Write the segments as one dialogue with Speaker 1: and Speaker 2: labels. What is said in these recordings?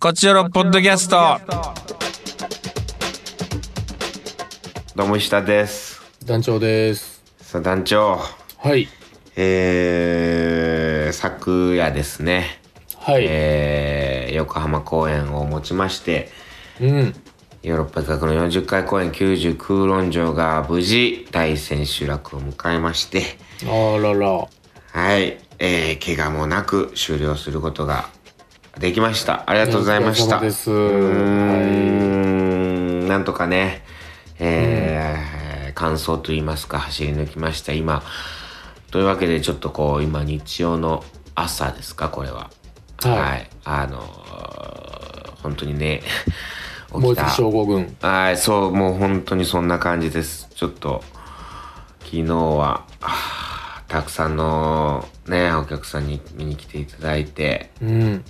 Speaker 1: こちらのポッドキャスト。
Speaker 2: どうも石田です。
Speaker 3: 団長です。
Speaker 2: さあ団長、
Speaker 3: はい。
Speaker 2: えー、昨夜ですね、
Speaker 3: はい。
Speaker 2: えー、横浜公演をもちまして、
Speaker 3: うん。
Speaker 2: ヨーロッパ企画の40回公演90空論城が無事大千秋楽を迎えまして、
Speaker 3: あらら。
Speaker 2: はい、えー、怪我もなく終了することができました。ありがとうございました。
Speaker 3: お疲れ様です
Speaker 2: うーんなんとかね、えー感想といいますか走り抜きました今というわけでちょっとこう今日曜の朝ですかこれは
Speaker 3: はい
Speaker 2: あのー本当にね
Speaker 3: 燃え
Speaker 2: 起
Speaker 3: 尽き症候群。
Speaker 2: はいそうもう本当にそんな感じですちょっと昨日ははあたくさんのねお客さんに見に来ていただいて
Speaker 3: うん。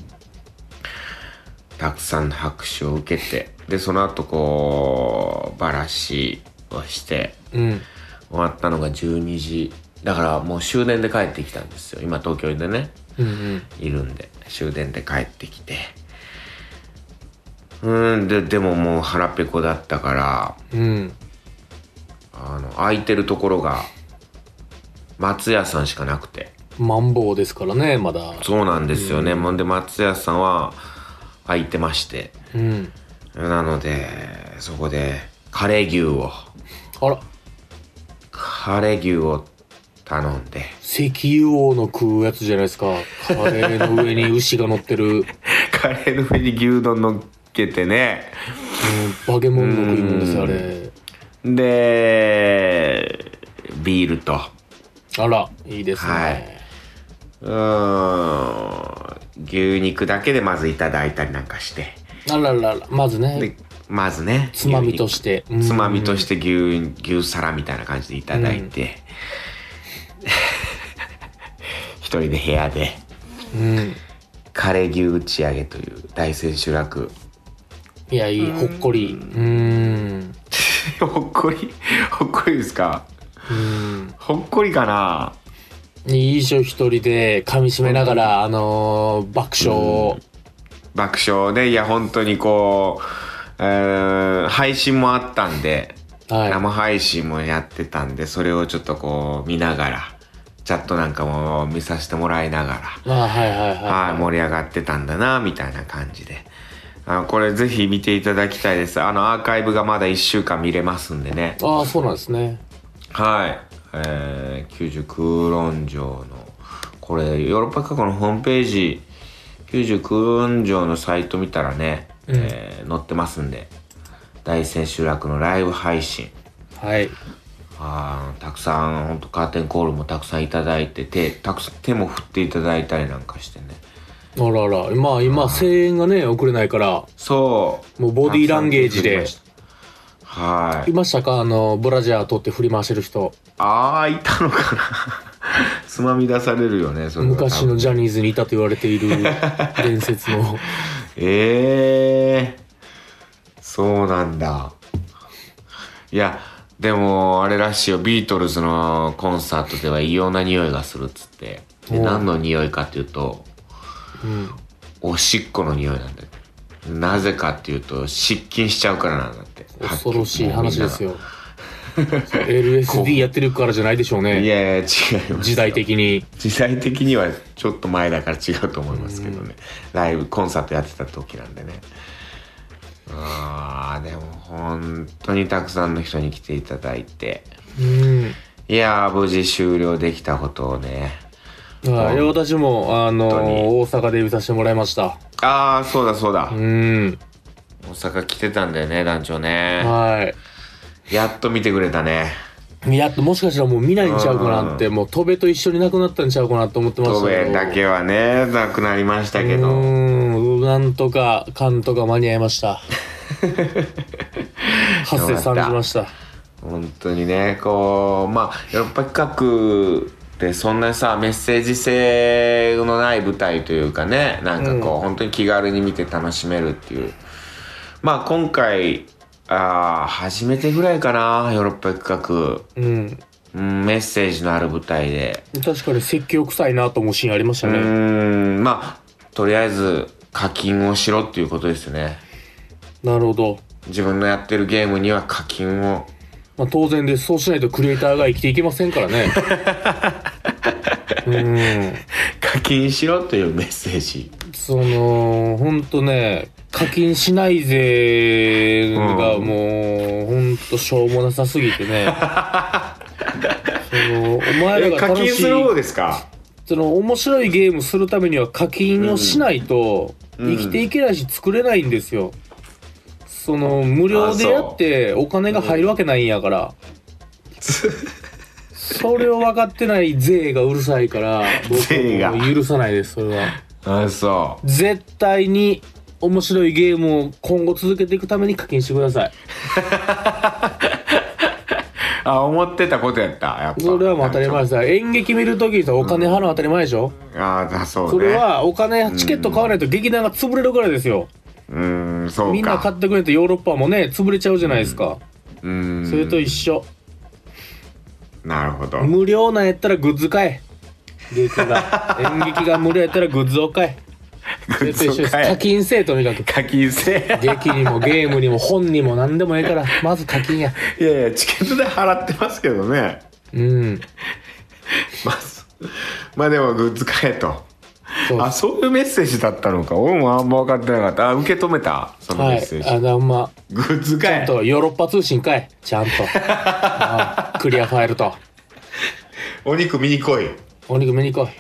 Speaker 2: たくさんの拍手を受けてでその後こうバラしをして
Speaker 3: うん。
Speaker 2: 終わったのが12時だからもう終電で帰ってきたんですよ今東京でね
Speaker 3: うんうん。
Speaker 2: いるんで終電で帰ってきてうーんででももう腹ペコだったから
Speaker 3: うん。
Speaker 2: あの空いてるところが松屋さんしかなくて
Speaker 3: マンボウですからね、まだ。
Speaker 2: そうなんですよね、もんで松屋さんは空いてまして
Speaker 3: うん。
Speaker 2: なのでそこでカレー牛を
Speaker 3: あら、
Speaker 2: カレー牛を頼んで
Speaker 3: 石油王の食うやつじゃないですか。カレー の上に牛が乗ってる、うん、
Speaker 2: カレーの上に牛丼乗っけてね
Speaker 3: バゲモンの食い物です、あれ。
Speaker 2: でビールと
Speaker 3: あら、いいですね。
Speaker 2: はいうん牛肉だけでまずいただいたりなんかして
Speaker 3: あららら、まずね
Speaker 2: で、まずね
Speaker 3: つまみとして。
Speaker 2: 牛肉つまみと
Speaker 3: し
Speaker 2: して牛牛皿みたいな感じでいただいて、 一人で部屋で
Speaker 3: て。うん。
Speaker 2: カレー牛打ち上げという大千秋楽
Speaker 3: いや、いい、ほっこり。うん。
Speaker 2: ほっこり ほっこりですか
Speaker 3: うん。
Speaker 2: ほっこりかな
Speaker 3: いいしょ一人で噛み締めながら、あのー爆笑を、
Speaker 2: 爆笑ねいや本当にこう、えー配信もあったんで、
Speaker 3: は
Speaker 2: 生配信もやってたんでそれをちょっとこう見ながらチャットなんかも見させてもらいなが
Speaker 3: い。まあ、はいはいはい。
Speaker 2: ら、はい盛り上がってたんだなみたいな感じであこれぜひ見ていただきたいですあのアーカイブがまだ1週間見れますんでね
Speaker 3: ああ、そうなんですね。
Speaker 2: はい、えー、九十空論城のこれヨーロッパ過去のホームページ九十空論城のサイト見たらね、えー載ってますんで大千秋楽のライブ配信
Speaker 3: はい。
Speaker 2: あーたくさんほんとカーテンコールもたくさんいただいて手たくさん手も振っていただいたりなんかしてね
Speaker 3: あらら、まあ今、声援がね、送れないから、
Speaker 2: そう
Speaker 3: もうボディーランゲージで
Speaker 2: たくさん手振りましたはい
Speaker 3: いましたかあの、ブラジャー取って振り回してる人。
Speaker 2: ああいたのかな つまみ出されるよねそれは多分
Speaker 3: 昔のジャニーズにいたと言われている伝説 の。
Speaker 2: ええそうなんだ。いや、でも、あれらしいよ、ビートルズのコンサートでは異様な匂いがするっつって。で、
Speaker 3: おう
Speaker 2: 何の匂いかっていうと、
Speaker 3: うん。
Speaker 2: おしっこの匂いなんだよ。なぜかっていうと、失禁しちゃうからなんだって。
Speaker 3: 恐ろしい
Speaker 2: はっき
Speaker 3: 話
Speaker 2: り
Speaker 3: です。よ。LSD やってるからじゃないでしょう
Speaker 2: もうみんながい
Speaker 3: ね。
Speaker 2: やいや、違います。
Speaker 3: 時代的に。
Speaker 2: 時代的にはちょっと前だから違うと思いますけどね、ライブコンサートやってた時なんでねあーでも本当にたくさんの人に来ていただいて
Speaker 3: うん。
Speaker 2: いやー無事終了できたことをね
Speaker 3: はい、私も、あの、
Speaker 2: 本当に
Speaker 3: 大阪で見させてもらいました。
Speaker 2: ああそうだそうだ、
Speaker 3: うん。
Speaker 2: 大阪来てたんだよね団長ね
Speaker 3: はい。
Speaker 2: やっと見てくれたね
Speaker 3: やっともしかしたらもう見ないんちゃうかなって、もう戸辺と一緒になくなったんちゃうかなと思ってまし
Speaker 2: 答
Speaker 3: たけ
Speaker 2: 弁
Speaker 3: ど。
Speaker 2: だけはねなくなりましたけ
Speaker 3: う
Speaker 2: ど
Speaker 3: ーん、なんとか、かんとか間に合い ました。発生さんじました。
Speaker 2: 本当にねこうまあヨーロッパ企画でそんなさメッセージ性のない舞台というかねなんかこう、本当に気軽に見て楽しめるっていうまあ今回あー初めてぐらいかなヨーロッパ企
Speaker 3: うん。
Speaker 2: 画、うん、メッセージのある舞台で
Speaker 3: 確かに説教臭いなと思うシーンありました
Speaker 2: う
Speaker 3: ね。
Speaker 2: ーんまあとりあえず課金をしろっていうことですね
Speaker 3: なるほど。
Speaker 2: 自分のやってるゲームには課金を
Speaker 3: まあ、当然です。そうしないとクリエイターが生きていけませんからね。 うん。
Speaker 2: 課金しろというメッセージ
Speaker 3: その本当ね課金しないぜが
Speaker 2: うん
Speaker 3: もう本当しょうもなさすぎ てねそのお前ら
Speaker 2: え
Speaker 3: が
Speaker 2: 課
Speaker 3: 楽
Speaker 2: 金
Speaker 3: し
Speaker 2: す
Speaker 3: い
Speaker 2: る方ですか
Speaker 3: その面白いゲームするためには課金をしないと
Speaker 2: うん
Speaker 3: 生きていけないし作れないんですよ、その無料でやってお金が入るわけないんやから、それを分かってない税がうるさいから僕
Speaker 2: 税が
Speaker 3: はもう許さないですそれは。
Speaker 2: あそ
Speaker 3: 絶対に面白いゲームを今後続けていくために課金してください。
Speaker 2: うあ思ってたことやったやっぱ
Speaker 3: それはもう当たり前です。演劇見るときにさ、お金払うの当たり前でしょ、
Speaker 2: ああそうね
Speaker 3: それはお金、チケット買わないと劇団が潰れるからいですよ。
Speaker 2: うーんそうか
Speaker 3: みんな買ってくれてヨーロッパもね、潰れちゃうじゃないですか。
Speaker 2: うーん
Speaker 3: それと一緒。
Speaker 2: なるほど
Speaker 3: 無料なんやったらグッズ買え。劇 が。演劇が無料やったらグッズを買え。それと一緒です。課金せえとにかく。
Speaker 2: 課金制
Speaker 3: 劇にもゲームにも本にも何でもええから、まず課金や。
Speaker 2: いやいやチケットで払ってますけどね
Speaker 3: うん。
Speaker 2: まあ そまあでもグッズ買えと
Speaker 3: そう
Speaker 2: あそういうメッセージだったのか俺もあんま分かってなかったあ受け止めたその
Speaker 3: は
Speaker 2: メ
Speaker 3: い
Speaker 2: ッセー。ジ、
Speaker 3: あの、まあ。
Speaker 2: グッズ
Speaker 3: ちゃ
Speaker 2: 買
Speaker 3: ん
Speaker 2: え
Speaker 3: とヨーロッパ通信かいちゃ んとああクリアファイルと
Speaker 2: お肉見に来い
Speaker 3: お肉見に行こ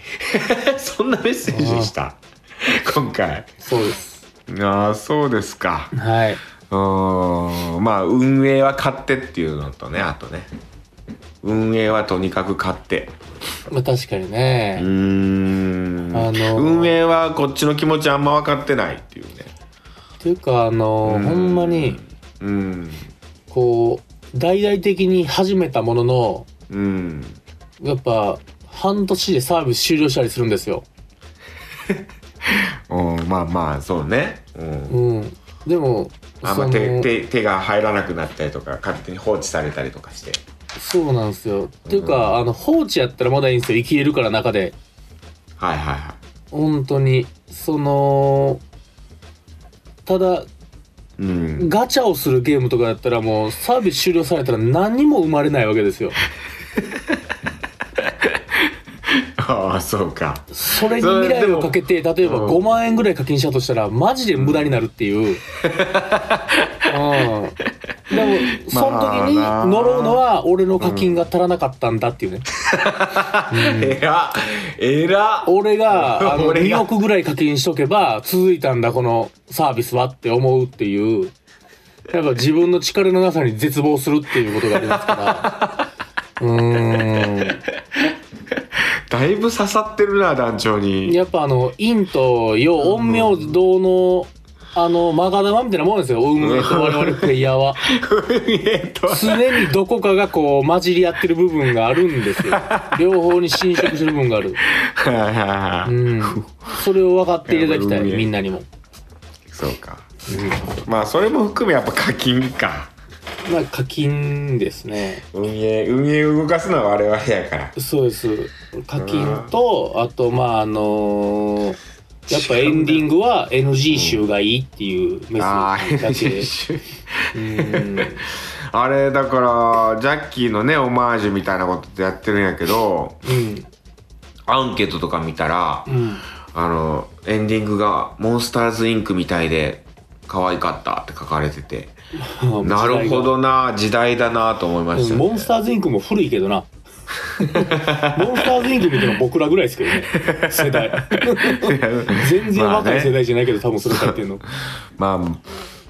Speaker 2: そんなメッセージでした今回
Speaker 3: うそうです
Speaker 2: ああそうですか
Speaker 3: はいう
Speaker 2: ーんまあ運営は買ってっていうのとねあとね運営はとにかく買って
Speaker 3: まあ確かに
Speaker 2: うー
Speaker 3: ね
Speaker 2: ん、
Speaker 3: あのー
Speaker 2: 運営はこっちの気持ちあんま分かってないっていうね
Speaker 3: っていうかあのほんまに
Speaker 2: うん
Speaker 3: こう大々的に始めたものの
Speaker 2: うん
Speaker 3: やっぱ半年でサービス終了したりするんですよ
Speaker 2: うんまあまあそうね、うん、
Speaker 3: うんでも
Speaker 2: あん
Speaker 3: そ
Speaker 2: ま手
Speaker 3: の
Speaker 2: 手手が入らなくなったりとか勝手に放置されたりとかして
Speaker 3: そうなんですよっていうかあの放置やったらまだいいんですよ生きれるから中で
Speaker 2: はいはいはい
Speaker 3: 本当にそのただ
Speaker 2: うん
Speaker 3: ガチャをするゲームとかだったらもうサービス終了されたら何も生まれないわけですよ。
Speaker 2: ああそうか
Speaker 3: それに未来をかけて、例えば
Speaker 2: うん
Speaker 3: 5万円ぐらい課金したとしたら、マジで無駄になるっていう。うん。でも、その時に
Speaker 2: まあな
Speaker 3: 呪うのは俺の課金が足らなかったんだっていうね。
Speaker 2: えらえら
Speaker 3: 俺が、あの、
Speaker 2: 俺が
Speaker 3: 2億ぐらい課金しとけば、続いたんだ、このサービスはって思うっていう。やっぱ自分の力のなさに絶望するっていうことがありますから。うーん。
Speaker 2: だいぶ刺さってるな団長に
Speaker 3: やっぱあの陰と陽陰陽道の、あのマガダマみたいなもんですよ運営と我々プレイヤーは
Speaker 2: 運営と
Speaker 3: 常にどこかがこう混じり合ってる部分があるんですよ両方に侵食する部分がある
Speaker 2: はいはいは
Speaker 3: う
Speaker 2: い
Speaker 3: んそれを分かっていただきたい
Speaker 2: いや
Speaker 3: みんなにも、
Speaker 2: そうかまあそれも含めやっぱ課金か
Speaker 3: まあ課金ですね
Speaker 2: 運営運営を動かすのは我々やから
Speaker 3: そうです課金とあとまああのーやっぱエンディングは NG 集がいいっていうメ
Speaker 2: あ
Speaker 3: ッ
Speaker 2: あ
Speaker 3: セージだけでうん
Speaker 2: あれだからジャッキーのねオマージュみたいなことやってるんやけど
Speaker 3: うん
Speaker 2: アンケートとか見たら
Speaker 3: うん
Speaker 2: あのエンディングが「モンスターズインクみたいで可愛かった」って書かれててなるほどな時代だなと思いました
Speaker 3: うん
Speaker 2: ね
Speaker 3: モンスターズインクも古い けどなモンスターズインク見ても僕らぐらいですけどね世代全然若い世代じゃないけど、多分それ書いてるの
Speaker 2: まあ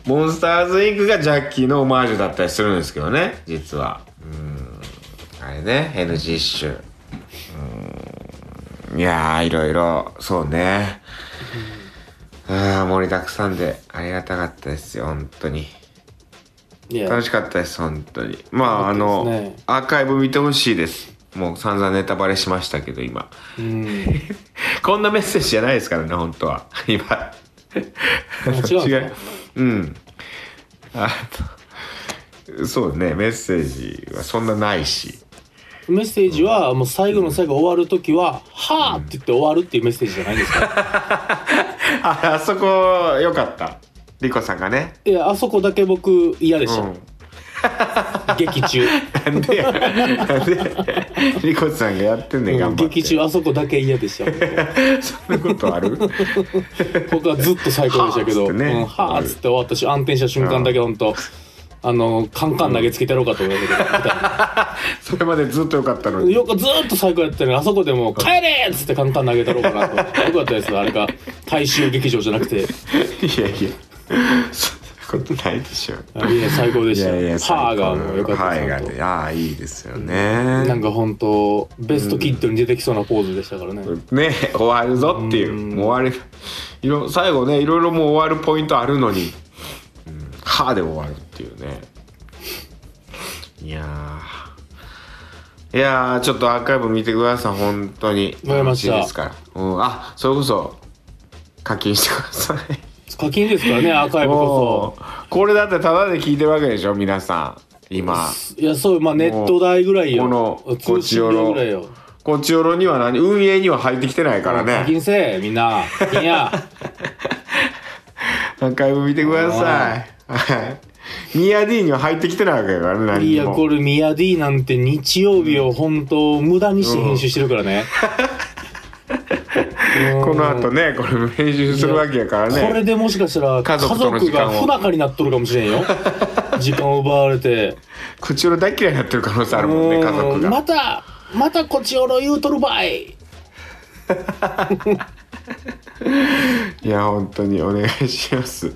Speaker 2: モンスターズインクがジャッキーのオマージュだったりするんですけどね実はうんあれね NG 一種うんいやーいろいろそうねああ盛りだくさんでありがたかったですよ本当に
Speaker 3: いや
Speaker 2: 楽しかったです本当にまああ
Speaker 3: 楽しかったです
Speaker 2: の
Speaker 3: ね
Speaker 2: アーカイブ見てほしいですもう散々ネタバレしましたけど今
Speaker 3: うん
Speaker 2: こんなメッセージじゃないですからね、本当は。 今。
Speaker 3: 違うんで
Speaker 2: う。うん。あとそうね、メッセージはそんなないし。
Speaker 3: メッセージはもう最後の最後終わる時は「はあ!」って言って終わるっていうメッセージじゃないんですか
Speaker 2: ああそこよかったリコさんがね
Speaker 3: いやあそこだけ僕嫌でした、
Speaker 2: うん
Speaker 3: 劇中
Speaker 2: なんでやなんでリコさんがやってんねん
Speaker 3: う
Speaker 2: 頑
Speaker 3: ん
Speaker 2: 張って
Speaker 3: 劇中あそこだけ嫌でした
Speaker 2: そんなことあ る
Speaker 3: 僕はずっと最高でしたけど
Speaker 2: はあっ
Speaker 3: 「
Speaker 2: つってね
Speaker 3: うんはあ」っつって終わったし暗転した瞬間だけ本当あのカンカン投げつけてやろうかと思いましたけど、
Speaker 2: それまでずっとよかったのに
Speaker 3: よくずーっと最高やったのにあそこでもう「帰れ!」っつってカンカン投げたろうかなとよかったですあれが大衆劇場じゃなくて
Speaker 2: いやいやそんなことないでしょ
Speaker 3: あいや最高で
Speaker 2: い
Speaker 3: した
Speaker 2: やいや
Speaker 3: よパーがもうよかった
Speaker 2: パーが
Speaker 3: です
Speaker 2: ね
Speaker 3: 本
Speaker 2: ああいいですよ
Speaker 3: 当なん
Speaker 2: ね
Speaker 3: か本当ベストキッドに出てきそうなポーズでしたからね、
Speaker 2: ね終わるぞっていうもう終わるいろ最後ねいろいろもう終わるポイントあるのに「うんはあ」で終わるっていうねいやーいやーちょっとアーカイブ見てください本当に
Speaker 3: わかりました
Speaker 2: 楽いですから、うん、あそれこそ課金してください
Speaker 3: 課金ですからねアーカイブこ
Speaker 2: もうこれだってただで聞いてるわけでしょ皆さん今
Speaker 3: そいやそうまあネット代ぐらいよ
Speaker 2: この
Speaker 3: 通信料ぐらいよ
Speaker 2: こっちよろには何運営には入ってきてないから
Speaker 3: 課
Speaker 2: ね
Speaker 3: 金せえみんな 課金や
Speaker 2: アーカイブ見てくださいはいミヤディには入ってきてないわけだからね何
Speaker 3: い
Speaker 2: に
Speaker 3: や
Speaker 2: も
Speaker 3: これミヤ D なんて日曜日を本当無駄にして編集してるからね、
Speaker 2: この後ねこれ編集するわけやから
Speaker 3: これ
Speaker 2: ね
Speaker 3: でもしかしたら
Speaker 2: 家
Speaker 3: 家
Speaker 2: 族との時
Speaker 3: 族
Speaker 2: 間を
Speaker 3: が不仲になっとるかもしれんよ 時間を奪われて
Speaker 2: こっちよろ大嫌いになってる可能性あるもんね
Speaker 3: う
Speaker 2: 家
Speaker 3: ん
Speaker 2: 族が
Speaker 3: またまたこちおろ言うとるばい
Speaker 2: いや本当にお願いします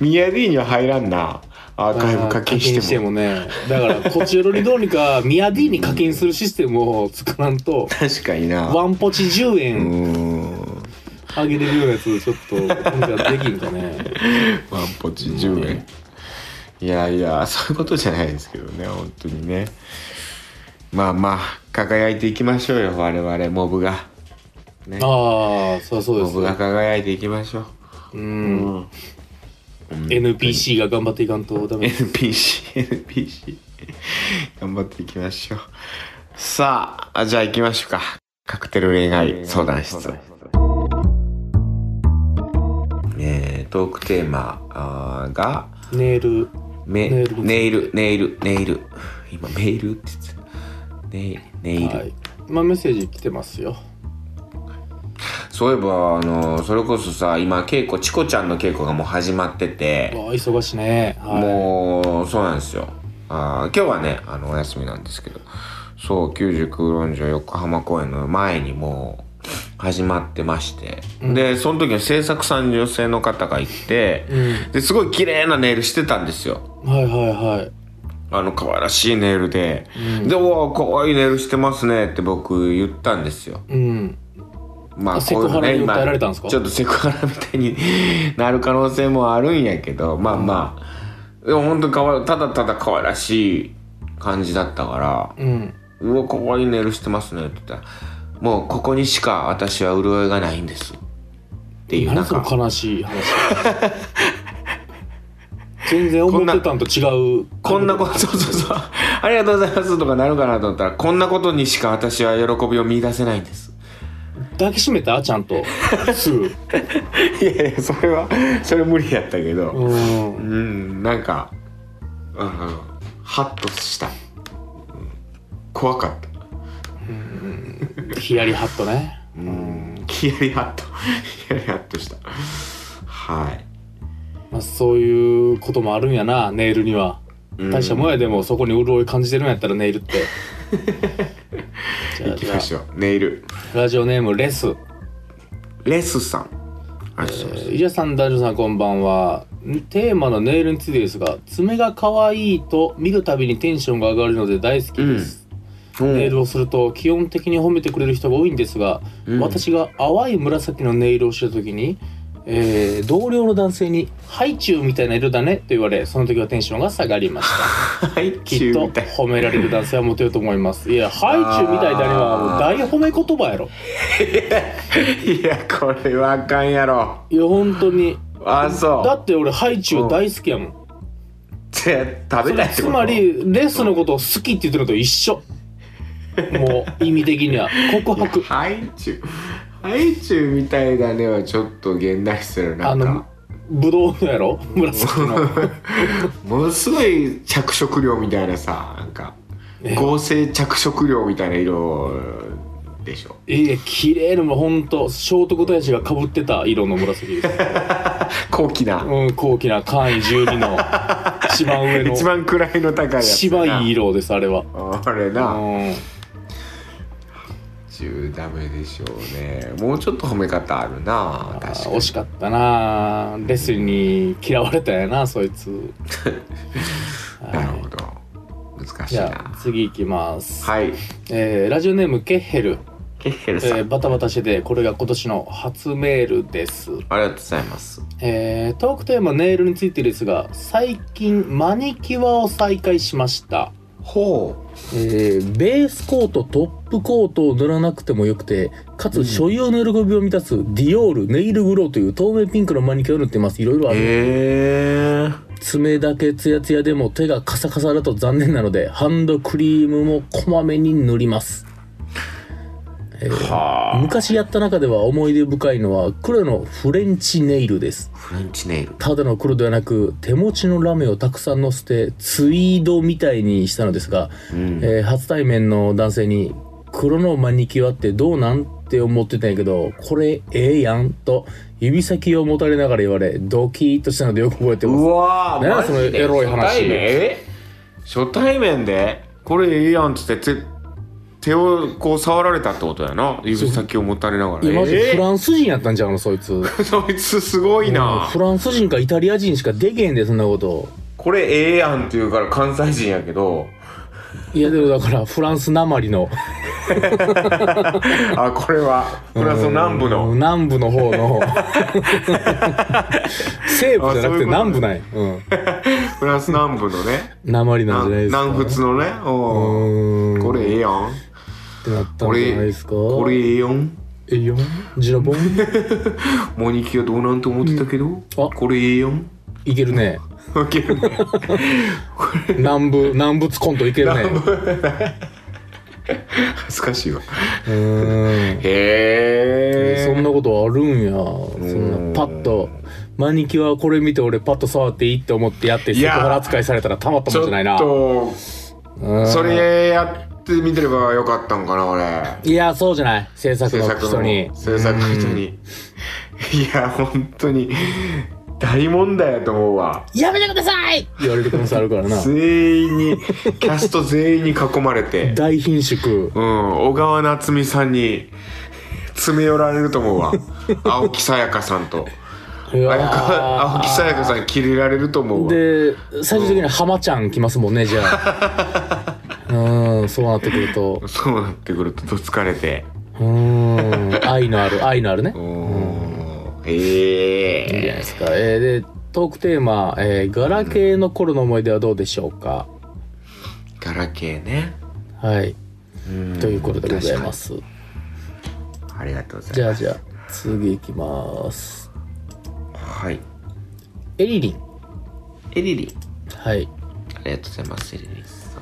Speaker 2: ミヤディには入らんなアーカイブ課金しても
Speaker 3: ねだからこちおろにどうにかミヤ D に課金するシステムを 作らんと
Speaker 2: 確かにな
Speaker 3: ワンポチ10
Speaker 2: うー
Speaker 3: 円
Speaker 2: ん
Speaker 3: あげれるようなやつちょっとなんかできんかね
Speaker 2: ワンポチ10円、いやいやそういうことじゃないですけどね本当にねまあまあ輝いていきましょうよ我々モブが
Speaker 3: ああそりゃそうで
Speaker 2: モ
Speaker 3: す
Speaker 2: ブが
Speaker 3: ね
Speaker 2: 輝いていきましょう
Speaker 3: う
Speaker 2: うんん
Speaker 3: NPC が頑張っていかんと ダメ
Speaker 2: NPCNPC 頑張っていきましょうさああじゃあ行きましょうかカクテル恋愛相談室えートークテーマあーが
Speaker 3: ネイル
Speaker 2: め
Speaker 3: ネイル
Speaker 2: ネイルネイルネイル今メールって言ってたネイネイル、
Speaker 3: はいまあメッセージ来てますよ
Speaker 2: そういえばあのそれこそさ今稽古チコちゃんの稽古がもう始まって
Speaker 3: う
Speaker 2: て
Speaker 3: わ忙しいねは
Speaker 2: もうそうなんですよあー今日はねあのお休みなんですけどそう九十九論城横浜公演の前にもう始まってまして、でその時の制作さん女性の方がいて、
Speaker 3: う
Speaker 2: ですごい綺麗なネイルしてたんですよ
Speaker 3: いはいはいはい
Speaker 2: あの可愛らしいネイルで、で「おお可愛いネイルしてますね」って僕言ったんですよ
Speaker 3: うん
Speaker 2: まあ
Speaker 3: あセクハラに訴えられたんですか
Speaker 2: ちょっとセクハラみたいになる可能性もあるんやけどまあまあでも本当可愛いただただ可愛らしい感じだったから
Speaker 3: うん
Speaker 2: 「うわ可愛いネイルしてますね」って言ったら「もうここにしか私は潤いがないんです」っていうな
Speaker 3: 何
Speaker 2: ん
Speaker 3: そ
Speaker 2: か
Speaker 3: の悲しい話 全然思ってたんと違う
Speaker 2: こんなこと、そうそうそう。ありがとうございますとかなるかなと思ったら、こんなことにしか私は喜びを見出せないんです。
Speaker 3: 抱きしめたちゃんとすぐ
Speaker 2: いやいや、それは、それ無理やったけど。
Speaker 3: う
Speaker 2: うんん、なんか、うん、ハッとした。うん怖かった。
Speaker 3: ヒヤリハットね
Speaker 2: うん、ヒヤリハッと。ヒヤリハッとした。はい。
Speaker 3: まあ、そういうこともあるんやなネイルには大したもんやでもそこに潤い感じてるんやったらネイルって じゃ
Speaker 2: 行
Speaker 3: あ
Speaker 2: き
Speaker 3: じゃ
Speaker 2: ましょう。ネイル。
Speaker 3: あラジオネームレス
Speaker 2: レスさん。ありがとうございます。
Speaker 3: 伊者さん男女さんこんばんはテーマのネイルについてですが爪が可愛いと見るたびにテンションが上がるので大好きです、
Speaker 2: うん
Speaker 3: ネイルをすると基本的に褒めてくれる人が多いんですが、私が淡い紫のネイルをした時に、えー同僚の男性に「ハイチュウみたいな色だね」と言われその時はテンションが下がりました
Speaker 2: はい、
Speaker 3: きっ
Speaker 2: 中
Speaker 3: と
Speaker 2: みたいな。
Speaker 3: 褒められる男性はモテると思いますいやハイチュウみたいだねはもう大褒め言葉やろ
Speaker 2: いや、これはあかんやろ。
Speaker 3: いや本当に
Speaker 2: あそう
Speaker 3: だって俺ハイチュウ大好きやもん
Speaker 2: って食べたいって
Speaker 3: つ
Speaker 2: こと
Speaker 3: まりレスのことを好きって言ってるのと一緒もう意味的には告白
Speaker 2: ハイチュウハイチュウみたいだねはちょっと現代するな
Speaker 3: あ
Speaker 2: ん
Speaker 3: の
Speaker 2: か
Speaker 3: ブドウのやろ紫 の
Speaker 2: ものすごい着色料みたいなさなんか
Speaker 3: え
Speaker 2: 合成着色料みたいな色でしょ
Speaker 3: いや綺麗なもうほんと聖徳太子がかぶってた色の紫です、
Speaker 2: 高貴な、
Speaker 3: うん、高貴な簡易12の一番上 の
Speaker 2: 一番位の高いやつ
Speaker 3: 一番いい色ですあれは
Speaker 2: あれ
Speaker 3: う
Speaker 2: な、
Speaker 3: ん
Speaker 2: 中ダメでしょうねもうちょっと褒め方あるな
Speaker 3: あ
Speaker 2: 確
Speaker 3: ー
Speaker 2: か
Speaker 3: 惜
Speaker 2: に
Speaker 3: しかったなレスリーに嫌われたんやなそい つはい
Speaker 2: なるほど難しい
Speaker 3: じゃあ
Speaker 2: な
Speaker 3: 次いきます、
Speaker 2: はい
Speaker 3: えーラジオネームケッヘル、
Speaker 2: ケッヘル
Speaker 3: え
Speaker 2: さん、
Speaker 3: ーバタバタしててこれが今年の初メールです、
Speaker 2: ありがとうございます
Speaker 3: えートークテーマネイルについてですが最近マニキュアを再開しました
Speaker 2: ほ
Speaker 3: えーベースコートトップコートを塗らなくてもよくてかつ所有の喜びを満たすディオールネイルグローという透明ピンクのマニキュアを塗っていますいろいろあ
Speaker 2: う
Speaker 3: る、
Speaker 2: へえ
Speaker 3: 爪だけツヤツヤでも手がカサカサだと残念なのでハンドクリームもこまめに塗ります、えー
Speaker 2: は
Speaker 3: 昔やった中では思い出深いのは黒のフレンチネイルです
Speaker 2: あフレンチネイル
Speaker 3: ただの黒ではなく手持ちのラメをたくさんのせてツイードみたいにしたのですが
Speaker 2: うん
Speaker 3: えー初対面の男性に「黒のマニキュアってどうなん?」って思ってたんやけど「これええやん」と指先を持たれながら言われドキッとしたのでよく覚えてま
Speaker 2: う
Speaker 3: す
Speaker 2: わー
Speaker 3: ね
Speaker 2: マジで
Speaker 3: そのエロい話
Speaker 2: 初対面え初対面でこれええやんっつって手手をこう触られたってことやな指先を持たれながら
Speaker 3: いやマジ
Speaker 2: え
Speaker 3: で
Speaker 2: え
Speaker 3: フランス人やったんちゃうのそいつ
Speaker 2: そいつすごい
Speaker 3: うん
Speaker 2: な
Speaker 3: フランス人かイタリア人しかでけへんでそんなこと
Speaker 2: これええやんって言うから関西人やけ ど
Speaker 3: いやでもだからフランスなまりの
Speaker 2: あこれはフランスの南部
Speaker 3: うん
Speaker 2: の
Speaker 3: 南部の方 の
Speaker 2: あそうい
Speaker 3: 西部じゃなくて
Speaker 2: うことね
Speaker 3: 南部ないうん
Speaker 2: フランス南部のね
Speaker 3: なまりなんじゃないですか
Speaker 2: 南仏のねおー
Speaker 3: うん
Speaker 2: これええやん
Speaker 3: ってなった
Speaker 2: こ
Speaker 3: んじ
Speaker 2: れ
Speaker 3: ゃないですか
Speaker 2: これええやん
Speaker 3: えいよんジラボ ン
Speaker 2: モニキュアどうなんて思ってたけど、
Speaker 3: あ
Speaker 2: これええやん
Speaker 3: いけるね。
Speaker 2: ウケるね
Speaker 3: 南部、南仏コントいけるね。
Speaker 2: 恥ずかしいわ
Speaker 3: うー
Speaker 2: へ
Speaker 3: ん。
Speaker 2: え
Speaker 3: そんなことあるんや。そんなパッと、マニキュアこれ見て俺パッと触っていいって思ってやって
Speaker 2: い
Speaker 3: セク
Speaker 2: や
Speaker 3: ハラ扱いされたらたまった
Speaker 2: ち
Speaker 3: もん
Speaker 2: ょ
Speaker 3: じゃないな
Speaker 2: っ。と
Speaker 3: うん
Speaker 2: それやってみてればよかったんかな 俺
Speaker 3: いや、そうじゃない。制作
Speaker 2: 制
Speaker 3: の
Speaker 2: 作の
Speaker 3: 人に。
Speaker 2: 制作の人にいや本当に大問題やと思うわ
Speaker 3: やめてください言われる可能性あるからな。
Speaker 2: 全員にキャスト全員に囲まれて
Speaker 3: 大貧縮。
Speaker 2: うん小川夏美さんに詰め寄られると思う わ青木さやかさんと
Speaker 3: うわ
Speaker 2: あやか青木さやかさんキレられると思うわ
Speaker 3: で、最終的に浜ちゃん来ますもんね、じゃ あ。うん、そうなってくると。
Speaker 2: そうなってくるとどつかれて
Speaker 3: うーん、愛のある、愛のあるね。
Speaker 2: おーえ
Speaker 3: いいじゃない
Speaker 2: え
Speaker 3: ですか。えーで、トークテーマ、えーガラケーの頃の思い出はどうでしょうか、
Speaker 2: ガラケーね
Speaker 3: はい。
Speaker 2: うん
Speaker 3: ということでございます。
Speaker 2: 確かにありがとうござ
Speaker 3: じ
Speaker 2: い
Speaker 3: ゃ
Speaker 2: ま
Speaker 3: あじゃあ、次行きます。
Speaker 2: すはい
Speaker 3: エリリン。
Speaker 2: エリリ
Speaker 3: はい。
Speaker 2: ありがとうございますエリリさん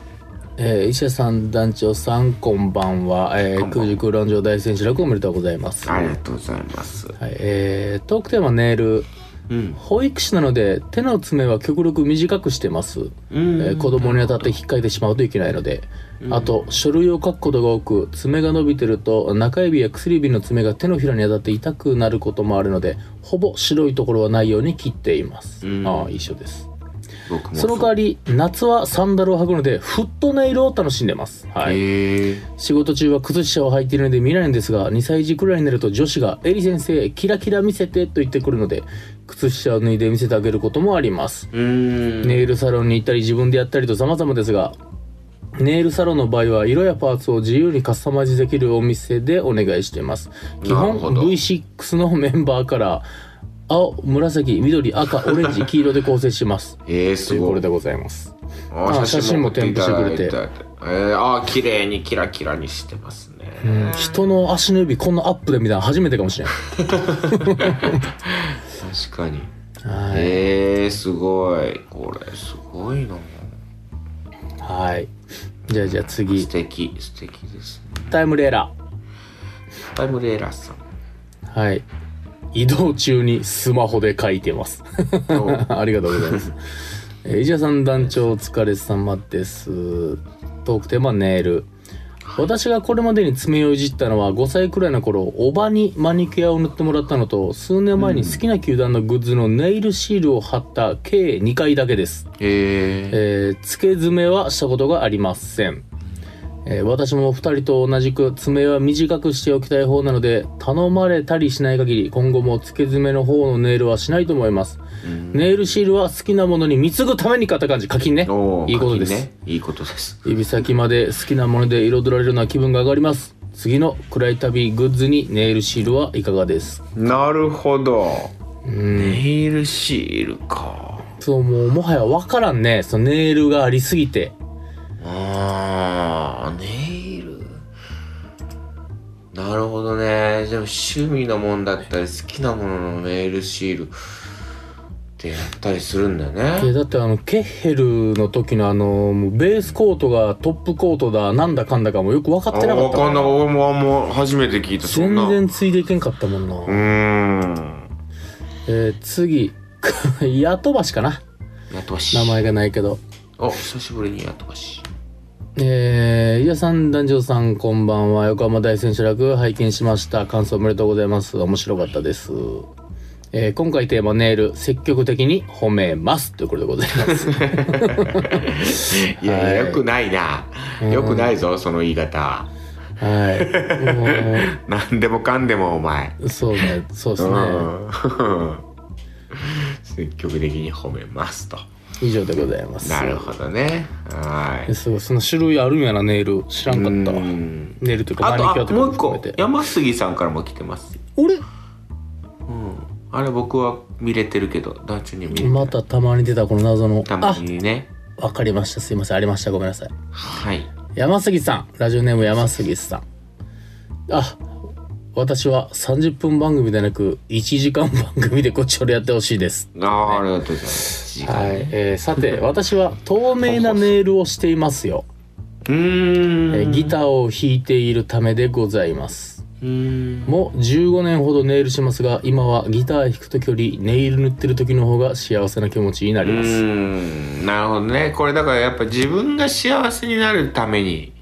Speaker 3: えー、医者さん、団長さん、こんばんは。え
Speaker 2: こ
Speaker 3: ー、
Speaker 2: んばん
Speaker 3: 空
Speaker 2: は
Speaker 3: 時空論上大選手楽おめでとうございます。
Speaker 2: あ
Speaker 3: は
Speaker 2: り
Speaker 3: い。
Speaker 2: がとうございます
Speaker 3: えー、トークテーマ、ネイル。
Speaker 2: うん
Speaker 3: 保育士なので、手の爪は極力短くしてます。
Speaker 2: うん
Speaker 3: えー子供に当たって引っかいてしまうといけないので、あと書類を書くことが多く爪が伸びてると中指や薬指の爪が手のひらに当たって痛くなることもあるのでほぼ白いところはないように切っています、
Speaker 2: うん
Speaker 3: ああ一緒です
Speaker 2: 僕も
Speaker 3: その代わり夏はサンダルを履くのでフットネイルを楽しんでます、はい
Speaker 2: へえ
Speaker 3: 仕事中は靴下を履いているので見ないんですが2歳児くらいになると女子が「エリ先生キラキラ見せて」と言ってくるので靴下を脱いで見せてあげることもあります
Speaker 2: うん
Speaker 3: ネイルサロンに行ったり自分でやったりと様々ですがネイルサロンの場合は色やパーツを自由にカスタマイズできるお店でお願いしています基
Speaker 2: な
Speaker 3: 本
Speaker 2: るほど
Speaker 3: V6 のメンバーから青紫緑赤オレンジ黄色で構成します
Speaker 2: ええ
Speaker 3: と
Speaker 2: す
Speaker 3: いうこ
Speaker 2: ご
Speaker 3: れ
Speaker 2: い
Speaker 3: でございます
Speaker 2: あ
Speaker 3: あ写真も
Speaker 2: 送っていただい
Speaker 3: 添付してく
Speaker 2: えー、あー綺麗にキラキラにしてますね、
Speaker 3: 人の足の指こんなアップで見たの初めてかもしれない
Speaker 2: 確かに、
Speaker 3: はい、
Speaker 2: えー、すごいこれすごいな
Speaker 3: はい、じゃあじゃあ次
Speaker 2: 素敵素敵ですね
Speaker 3: タイムレーラー
Speaker 2: タイムレーラーさん
Speaker 3: はい。移動中にスマホで書いてます。 ありがとうございます。えー、石田さん団長お疲れ様です。トークテーマネイル。私がこれまでに爪をいじったのは5歳くらいの頃おばにマニキュアを塗ってもらったのと数年前に好きな球団のグッズのネイルシールを貼った計2回だけです
Speaker 2: え
Speaker 3: えー付け爪はしたことがありません、えー私も2人と同じく爪は短くしておきたい方なので頼まれたりしない限り今後も付け爪の方のネイルはしないと思います、ネイルシールは好きなものに貢ぐために買った感じ課金ね
Speaker 2: ー、おー
Speaker 3: いいことです、
Speaker 2: 課金ねいいことです
Speaker 3: 指先まで好きなもので彩られるのは気分が上がります次の暗い旅グッズにネイルシールはいかがです
Speaker 2: なるほど
Speaker 3: うん
Speaker 2: ネイルシールか
Speaker 3: そうもうもはや分からんねそのネイルがありすぎて
Speaker 2: あーネイルなるほどねでも趣味のもんだったり好きなもののネイルシールってやったりするんだよ
Speaker 3: で
Speaker 2: ね
Speaker 3: だってあのケッヘルの時のあのもうベースコートがトップコートだなんだかんだかもよく分か
Speaker 2: あ
Speaker 3: ってなか
Speaker 2: わ
Speaker 3: った
Speaker 2: かんない俺もあんま初めて聞いたそん
Speaker 3: 全
Speaker 2: な
Speaker 3: 然ついていけんかったもんな、
Speaker 2: うーん
Speaker 3: えー次 ヤトバシかな
Speaker 2: やとばし
Speaker 3: 名前がないけど
Speaker 2: お久しぶりにやとばし
Speaker 3: えー、伊さん、男女さん、こんばんは。横浜大選手楽拝見しました。感想おめでとうございます。面白かったです。えー今回テーマネイル、積極的に褒めます。ということでございます。
Speaker 2: いや、
Speaker 3: はい
Speaker 2: よくないなよくないぞその言い方
Speaker 3: は
Speaker 2: 何でもかんでもお前
Speaker 3: い。もう、そうね、そうですね。
Speaker 2: うん 積極的に褒めますと
Speaker 3: 以上でございます。
Speaker 2: なるほどねは
Speaker 3: え
Speaker 2: い
Speaker 3: すごい、その種類あるんやな、ネイル。知らんかったわ。ネ
Speaker 2: ん
Speaker 3: イルというか、
Speaker 2: あと
Speaker 3: マニキュア
Speaker 2: あ
Speaker 3: とか
Speaker 2: もう
Speaker 3: も
Speaker 2: 一
Speaker 3: 含め
Speaker 2: 個
Speaker 3: て。
Speaker 2: 山杉さんからも来てます、うん、あれ僕は見れてるけど団長には見れて
Speaker 3: 俺
Speaker 2: ない
Speaker 3: またたまに出たこの謎の。
Speaker 2: たまにね
Speaker 3: あ、わかりました。すいません。ありました。ごめんなさい。
Speaker 2: はい
Speaker 3: 山杉さんラジオネーム山杉さんあ私は30分番組でなく1時間番組でこっちをやってほしいです
Speaker 2: ああありがとうございます時間
Speaker 3: は
Speaker 2: ね、
Speaker 3: い、えーさて私は透明なネイルをしていますよ、
Speaker 2: う
Speaker 3: えー
Speaker 2: ーん
Speaker 3: ギターを弾いているためでございます
Speaker 2: うーん
Speaker 3: もう15年ほどネイルしますが今はギター弾く時よりネイル塗ってる時の方が幸せな気持ちになり
Speaker 2: う
Speaker 3: ます、
Speaker 2: ーんなるほどねこれだからやっぱ自分が幸せになるために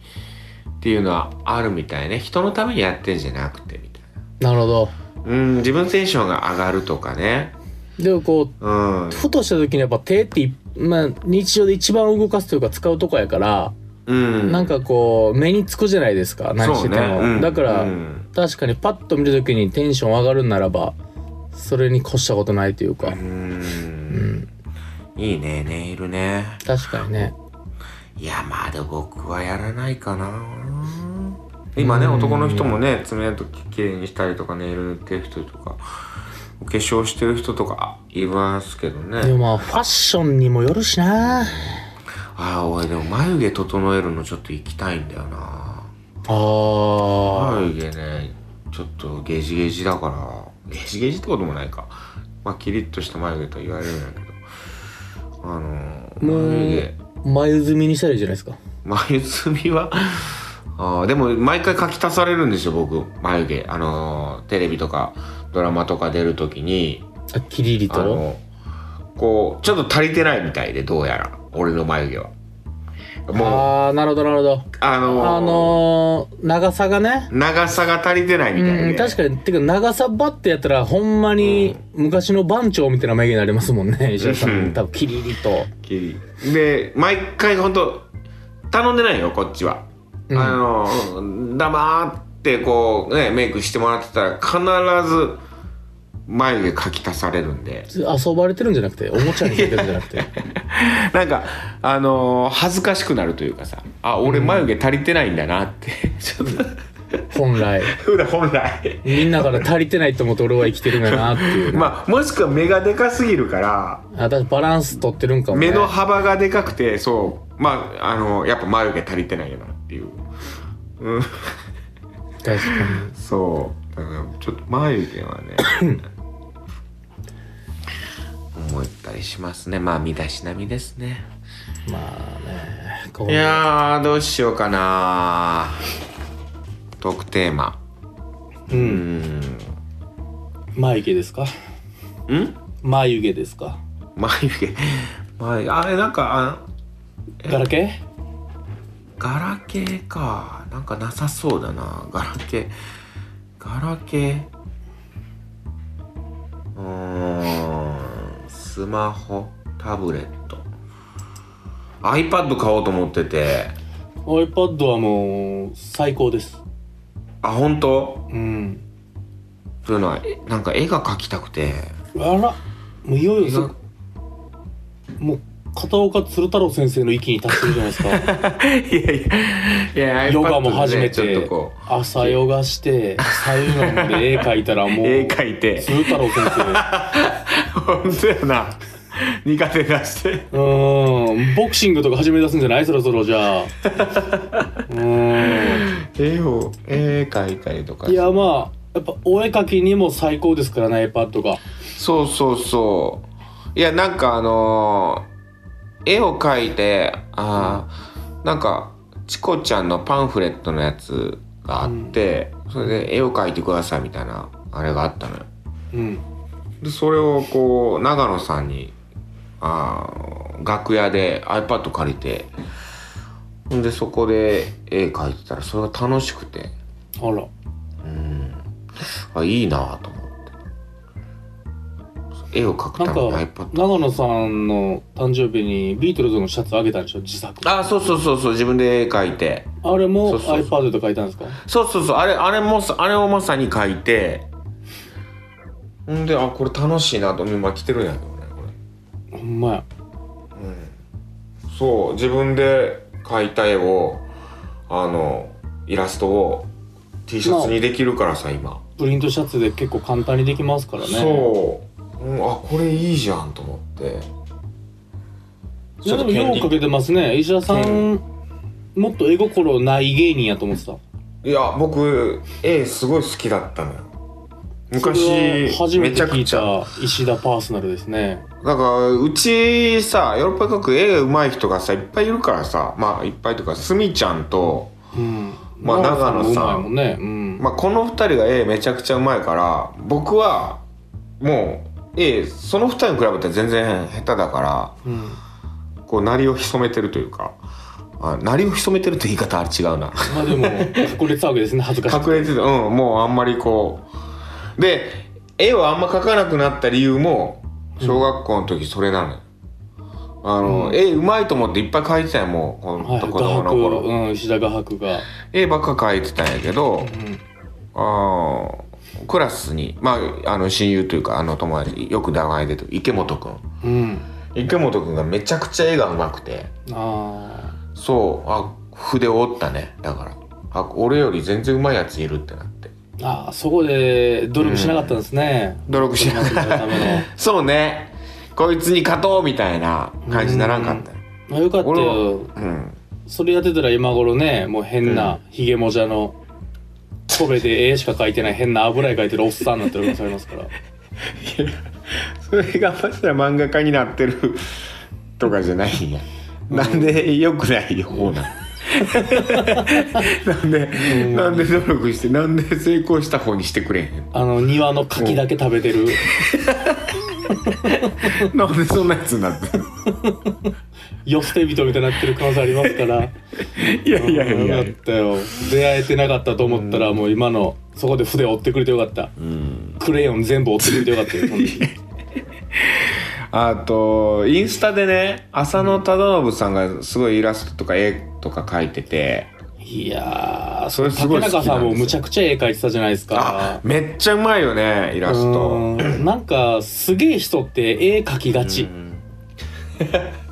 Speaker 2: っていうのはあるみたいね人のためにやってんじゃなくてみたい
Speaker 3: なるほど
Speaker 2: なうん自分テンションが上がるとかね
Speaker 3: でもこう
Speaker 2: うん
Speaker 3: ふとした時にやっぱ手ってい、まあ、日常で一番動かすというか使うとこやから
Speaker 2: うん
Speaker 3: なんかこう目につくじゃないですか何してても、
Speaker 2: そうねうん
Speaker 3: だから、
Speaker 2: うん
Speaker 3: 確かにパッと見るときにテンション上がるんならばそれに越したことないというか、
Speaker 2: うーんいいねネイルね
Speaker 3: 確かにね
Speaker 2: いやまあでも僕はやらないかな今ね男の人もね爪のとききれいにしたりとかネイル塗ってる人とかお化粧してる人とかいますけどね
Speaker 3: でもまあファッションにもよるしな
Speaker 2: ああ俺でも眉毛整えるのちょっと行きたいんだよな
Speaker 3: あー
Speaker 2: 眉毛ねちょっとゲジゲジだからゲジゲジってこともないかまあキリッとした眉毛と言われるんだけどあのー
Speaker 3: も
Speaker 2: 眉
Speaker 3: う
Speaker 2: 毛
Speaker 3: 眉積みにしたらいいじゃないですか
Speaker 2: 眉墨は あーでも毎回書き足されるんですよ僕眉毛あのーテレビとかドラマとか出る時に
Speaker 3: あキリリ
Speaker 2: あ
Speaker 3: と
Speaker 2: のこうちょっと足りてないみたいでどうやら俺の眉毛はもう
Speaker 3: ああーなるほどなるほど
Speaker 2: あのー
Speaker 3: あのー、長さがね
Speaker 2: 長さが足りてないみたいで、
Speaker 3: うん、確かにてか長さばってやったらほんまに昔の番長みたいな眉毛になりますもんね石田さ
Speaker 2: うんん
Speaker 3: 多分キリリと
Speaker 2: きで毎回ほんと頼んでないよこっちは、
Speaker 3: うん
Speaker 2: あの黙ってこうねメイクしてもらってたら必ず眉毛書き足されるんで
Speaker 3: 遊ばれてるんじゃなくておもちゃにしてるんじゃなくて
Speaker 2: なんかあの恥ずかしくなるというかさあ俺眉毛足りてないんだなって、 ちょっと
Speaker 3: 本来
Speaker 2: 普段本来
Speaker 3: みんなから足りてないと思って俺は生きてるんだなっていう、
Speaker 2: まあもしくは目がでかすぎるから
Speaker 3: あ、だからバランス取ってるんかも、ね、
Speaker 2: 目の幅がでかくてそうまああのやっぱ眉毛足りてないよなっていう、うん、
Speaker 3: 確か
Speaker 2: そうだからちょっと眉毛は ね思ったりしますねまあ身だしなみですね
Speaker 3: にまあねこう
Speaker 2: いやーどうしようかなトークテーマ
Speaker 3: う
Speaker 2: うんん
Speaker 3: 眉毛ですか
Speaker 2: ん
Speaker 3: 眉毛ですか
Speaker 2: 眉毛眉毛あれなんかあ
Speaker 3: ガラケ
Speaker 2: ガラケーかなんかなさそうだなガラケーガラケーうーんスマホタブレット iPad 買おうと思ってて
Speaker 3: ー ?iPad はもう最高です。
Speaker 2: あ本当
Speaker 3: うん。
Speaker 2: というのはえなんか絵が描きたくて
Speaker 3: あら、もういよいよそ
Speaker 2: 絵が
Speaker 3: もう片岡鶴太郎先生の域に達してるじゃないです か。
Speaker 2: いやいやいや
Speaker 3: ヨガも始め
Speaker 2: iPad でねちょってとこう、
Speaker 3: 朝ヨ ガして、サウナで絵描いたらもう、
Speaker 2: 絵描いて
Speaker 3: 鶴太郎先生。
Speaker 2: 本当やな苦手出して
Speaker 3: うーん、ボクシングとか始め出すんじゃないそろそろじゃあ。うーん。
Speaker 2: 絵を絵描いたりとか
Speaker 3: いやまあやっぱお絵描きにも最高ですからね iPad が
Speaker 2: そうそうそういやなんかあのー絵を描いてあーなんかチコちゃんのパンフレットのやつがあって、それで絵を描いてくださいみたいなあれがあったのよ
Speaker 3: うん
Speaker 2: でそれをこう長野さんにあー楽屋で iPad 借りてほんでそこで絵描いてたらそれが楽しくて
Speaker 3: あら
Speaker 2: うんあいいなと思って絵を描くた
Speaker 3: な
Speaker 2: めに
Speaker 3: ん
Speaker 2: iPad
Speaker 3: か長野さんの誕生日にビートルズのシャツあげたんでしょ自作
Speaker 2: あそうそうそうそう自分で絵描いて
Speaker 3: あれも
Speaker 2: そうそうそ
Speaker 3: iPad で描いたんですか
Speaker 2: そうそうそうあれあれもさあれをまさに描いてんであこれ楽しいなと今来てるんやけどねこ
Speaker 3: ほんまや
Speaker 2: れ、うん、そう自分で描いた絵をあのイラストを T シャツにできるからさ今、
Speaker 3: プリントシャツで結構簡単にできますからね
Speaker 2: そう、うん、あこれいいじゃんと思って
Speaker 3: いやでもようかけてますね石田さんもっと絵心ない芸人やと思ってた
Speaker 2: いや僕絵すごい好きだったのよ
Speaker 3: それは初
Speaker 2: 昔
Speaker 3: め
Speaker 2: め
Speaker 3: て
Speaker 2: ちゃ
Speaker 3: 聞
Speaker 2: く
Speaker 3: い
Speaker 2: ちゃ
Speaker 3: た石田パーソナルですね
Speaker 2: なんかうちさヨーロッパ各国絵が上手い人がさいっぱいいるからさまあいっぱいというかスミちゃんと、
Speaker 3: うん
Speaker 2: まあ
Speaker 3: もう
Speaker 2: 長野
Speaker 3: ま
Speaker 2: さ
Speaker 3: い
Speaker 2: ん
Speaker 3: もんねうん
Speaker 2: まあ、この2人が絵めちゃくちゃ上手いから僕はもう絵その2人に比べたら全然下手だか
Speaker 3: うん
Speaker 2: らこう鳴りを潜めてるというかあ鳴りを潜めてるって言い方は違うな
Speaker 3: まあでも隠れてたわけですね恥ずかしい
Speaker 2: 隠れててうんもうあんまりこうで絵をあんま描かなくなった理由も小学校の時それなのよ、あの、
Speaker 3: うん
Speaker 2: 絵うまいと思っていっぱい描いてたよもうほん
Speaker 3: はい、
Speaker 2: と
Speaker 3: 画
Speaker 2: 子供の
Speaker 3: 伯、
Speaker 2: 頃、
Speaker 3: うん、石田画伯が、
Speaker 2: 絵ばっか描いてたんやけど、あークラスにまああの親友というかあの友達よく名前出てる池本君
Speaker 3: うん、うん、
Speaker 2: 池本君がめちゃくちゃ絵がうまくて
Speaker 3: あ
Speaker 2: そうあ筆を折ったねだからあ俺より全然うまいやついるってなって
Speaker 3: ーあー、そこで努力しなかったんですね。
Speaker 2: 努力しな
Speaker 3: かったための。
Speaker 2: そうねこいつに勝とうみたいな感じにならんかったよ
Speaker 3: まあ、よかった
Speaker 2: 俺
Speaker 3: よ。
Speaker 2: うん、
Speaker 3: それやってたら今頃ね、もう変なヒゲもじゃの。戸辺で絵しか描いてない変な油絵描いてるおっさんになってる可能性あります から。
Speaker 2: それがましたら漫画家になってるとかじゃないんやなんで良くない方なんなんで、なんで努力してなんで成功した方にしてくれへん
Speaker 3: あの庭の柿だけ食べてる。
Speaker 2: なんでそんなやつになってる
Speaker 3: よ捨て人みたいになってる可能性ありますから。
Speaker 2: いやいやいや
Speaker 3: よかったよ。出会えてなかったと思ったら、もう今の、そこで筆折ってくれてよかった。
Speaker 2: うん
Speaker 3: クレヨン全部折ってくれてよかったよ、その 時。
Speaker 2: あとインスタでね浅野忠信さんがすごいイラストとか絵とか描いてて
Speaker 3: いやー、
Speaker 2: それすごい好きなんですよ
Speaker 3: 竹中さんもむちゃくちゃ絵描いてたじゃないです
Speaker 2: あ
Speaker 3: か。
Speaker 2: めっちゃうまいよねイラスト。
Speaker 3: うーんなんか、すげえ人って絵描きがち。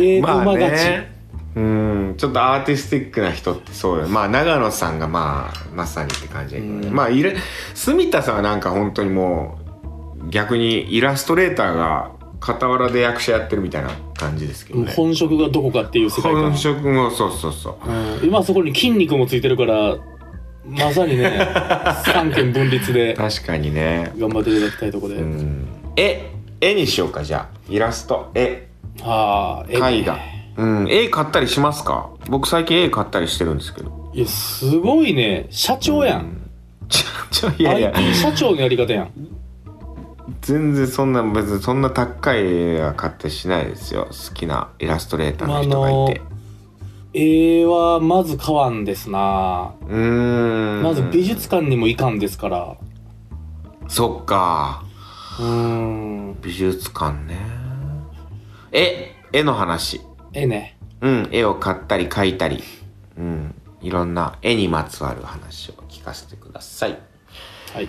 Speaker 3: 絵う
Speaker 2: まあ
Speaker 3: まがち。
Speaker 2: ねうんちょっとアーティスティックな人ってそうよまあ長野さんがまあまさにって感じだけどね、
Speaker 3: うん
Speaker 2: まあいれ住田さんはなんか本当にもう逆にイラストレーターが傍らで役者やってるみたいな感じですけどね
Speaker 3: 本職がどこかっていう世界観
Speaker 2: 本。職もそうそうそう
Speaker 3: うん今そこに筋肉もついてるから、ま さにね、三権分立で
Speaker 2: 確かにね
Speaker 3: 頑張っていただきたいとこで。
Speaker 2: うん絵絵にしようかじゃあイラスト絵
Speaker 3: ああ、絵
Speaker 2: 絵画うん絵買ったりしますか僕最近絵買ったりしてるんですけど
Speaker 3: いや、すごいね。社長やん。
Speaker 2: ちちょいやいや
Speaker 3: IT 社長のやり方やん
Speaker 2: 全然そんな別にそんな高い絵は買ってしないですよ好きなイラストレーターの人がいて、
Speaker 3: 絵はまず買わんですな
Speaker 2: うーん
Speaker 3: まず美術館にも行かんですから
Speaker 2: そっか
Speaker 3: うーん
Speaker 2: 美術館ね絵絵の話
Speaker 3: ええね
Speaker 2: うん絵を買ったり描いたりうんいろんな絵にまつわる話を聞かせてください
Speaker 3: はい